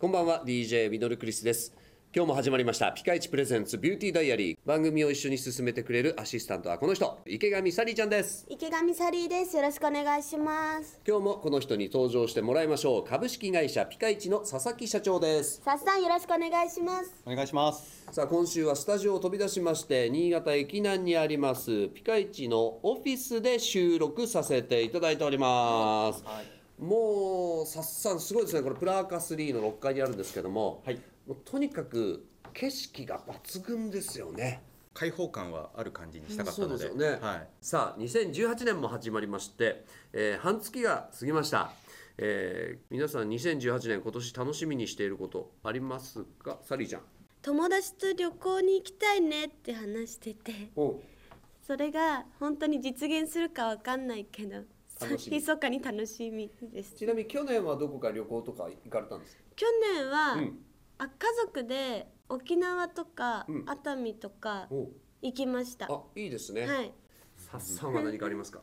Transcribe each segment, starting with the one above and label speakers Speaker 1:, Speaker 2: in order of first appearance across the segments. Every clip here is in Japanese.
Speaker 1: こんばんは DJ ミドルクリスです今日も始まりましたピカイチプレゼンツビューティーダイアリー番組を一緒に進めてくれるアシスタントはこの人池上サリーちゃんです
Speaker 2: 池上サリーですよろしくお願いします
Speaker 1: 今日もこの人に登場してもらいましょう株式会社ピカイチの佐々木社長です
Speaker 2: さっさんよろしくお願いします
Speaker 3: お願いします
Speaker 1: さあ今週はスタジオを飛び出しまして新潟駅南にありますピカイチのオフィスで収録させていただいております、もうさっさんすごいですねこれプラーカ3の6階にあるんですけども、
Speaker 3: はい
Speaker 1: もうとにかく景色が抜群ですよね
Speaker 3: 開放感はある感じにしたかった
Speaker 1: そう
Speaker 3: の
Speaker 1: です
Speaker 3: で
Speaker 1: よね、
Speaker 3: はい、
Speaker 1: さあ2018年も始まりまして、えー半月が過ぎました、えー皆さん2018年今年楽しみにしていることありますかサリーちゃん
Speaker 2: 友達と旅行に行きたいねって話しててそれが本当に実現するかわかんないけど
Speaker 1: 楽しみ
Speaker 2: 密かに楽しみです
Speaker 1: ちなみに去年はどこか旅行とか行かれたんですか
Speaker 2: 去年は、
Speaker 1: うん
Speaker 2: あ家族で沖縄とか、
Speaker 1: うん
Speaker 2: 熱海とか
Speaker 1: お
Speaker 2: 行きました
Speaker 1: あ
Speaker 2: は、
Speaker 1: いいですね、
Speaker 2: い
Speaker 1: さっさんは何かありますか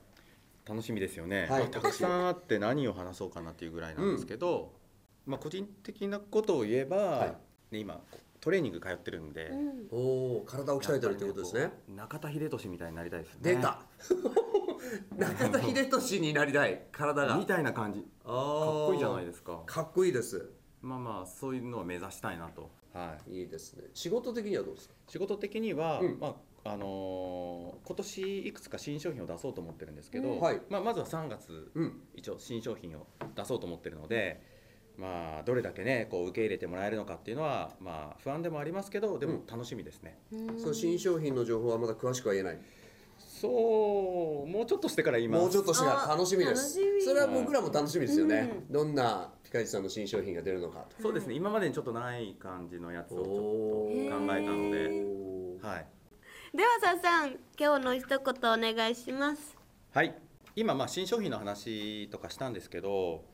Speaker 3: 楽しみですよね、
Speaker 1: はい
Speaker 3: まあたくさんあって何を話そうかなっていうぐらいなんですけど、まあ個人的なことを言えば、
Speaker 1: い
Speaker 3: ね今トレーニング通ってるんで、
Speaker 2: うん
Speaker 1: おお体を鍛えてるってことですね
Speaker 3: やっぱりこう中田秀俊みたいになりたいですよね
Speaker 1: 出た 中田英寿になりたい体が
Speaker 3: みたいな感じか
Speaker 1: あー
Speaker 3: っこいいじゃないですか
Speaker 1: かっこいいです
Speaker 3: まあまあそういうのを目指したいなと、はい、
Speaker 1: いいですね仕事的にはどうですか
Speaker 3: 仕事的には、
Speaker 1: うん
Speaker 3: まああのー今年いくつか新商品を出そうと思ってるんですけど、
Speaker 2: うん
Speaker 1: はい
Speaker 3: まあ、まずは3月
Speaker 1: うん
Speaker 3: 一応新商品を出そうと思ってるので、まあ、どれだけねこう受け入れてもらえるのかっていうのは、まあ、不安でもありますけどで
Speaker 1: う
Speaker 3: も
Speaker 1: ん
Speaker 3: 楽しみですね、
Speaker 2: うん
Speaker 1: その新商品の情報はまだ詳しくは言えない
Speaker 3: そうもうちょっとしてから言います
Speaker 1: もうちょっとしてから楽しみです
Speaker 2: あ楽しみ
Speaker 1: それは僕らも楽しみですよね、
Speaker 2: う
Speaker 1: どんなピカイチさんの新商品が出るのかと
Speaker 3: そうですね今までにちょっとない感じのやつをち
Speaker 1: お
Speaker 3: ょっ
Speaker 1: ー
Speaker 3: と考えたの
Speaker 2: へ
Speaker 3: で、
Speaker 1: おー
Speaker 3: はい
Speaker 2: ではさっさん今日の一言お願いします
Speaker 3: はい、今まあ新商品の話とかしたんですけど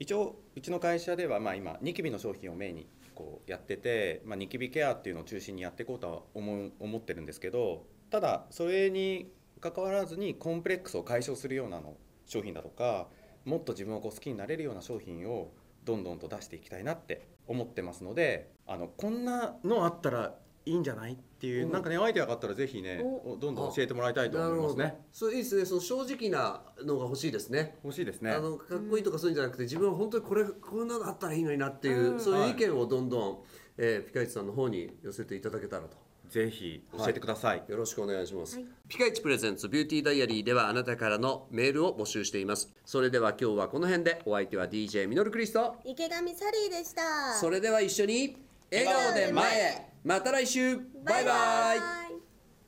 Speaker 3: 一応うちの会社ではまあ今ニキビの商品をメインにこうやってて、まあ、ニキビケアっていうのを中心にやっていこうとは思う思ってるんですけどただそれに関わらずにコンプレックスを解消するようなの商品だとかもっと自分をこう好きになれるような商品をどんどんと出していきたいなって思ってますのであのこんなのあったらいいんじゃないっていう、
Speaker 1: うん
Speaker 3: なんかねアイデアがあったらぜひね
Speaker 2: お
Speaker 3: おどんどん教えてもらいたいと
Speaker 1: なる
Speaker 3: 思いま
Speaker 1: ほ
Speaker 3: す
Speaker 1: ど
Speaker 3: ね。
Speaker 1: そういいですねその正直なのが欲しいですね
Speaker 3: 欲しいですね
Speaker 1: あのかっこいいとかそういうんじゃなくて自分は本当にこれこんなのあったらいいのになっていう、
Speaker 2: うん
Speaker 1: そういう意見をどんどん、えーピカイチさんの方に寄せていただけたらと
Speaker 3: ぜひ教えてください、
Speaker 1: よろしくお願いします、
Speaker 2: はい
Speaker 1: ピカイチプレゼンツビューティーダイアリーではあなたからのメールを募集していますそれでは今日はこの辺でお相手は DJ ミノルクリスト
Speaker 2: 池上サリーでした
Speaker 1: それでは一緒に笑顔で前へまた来週バイバイ
Speaker 2: イ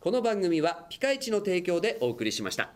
Speaker 1: この番組はピカイチの提供でお送りしました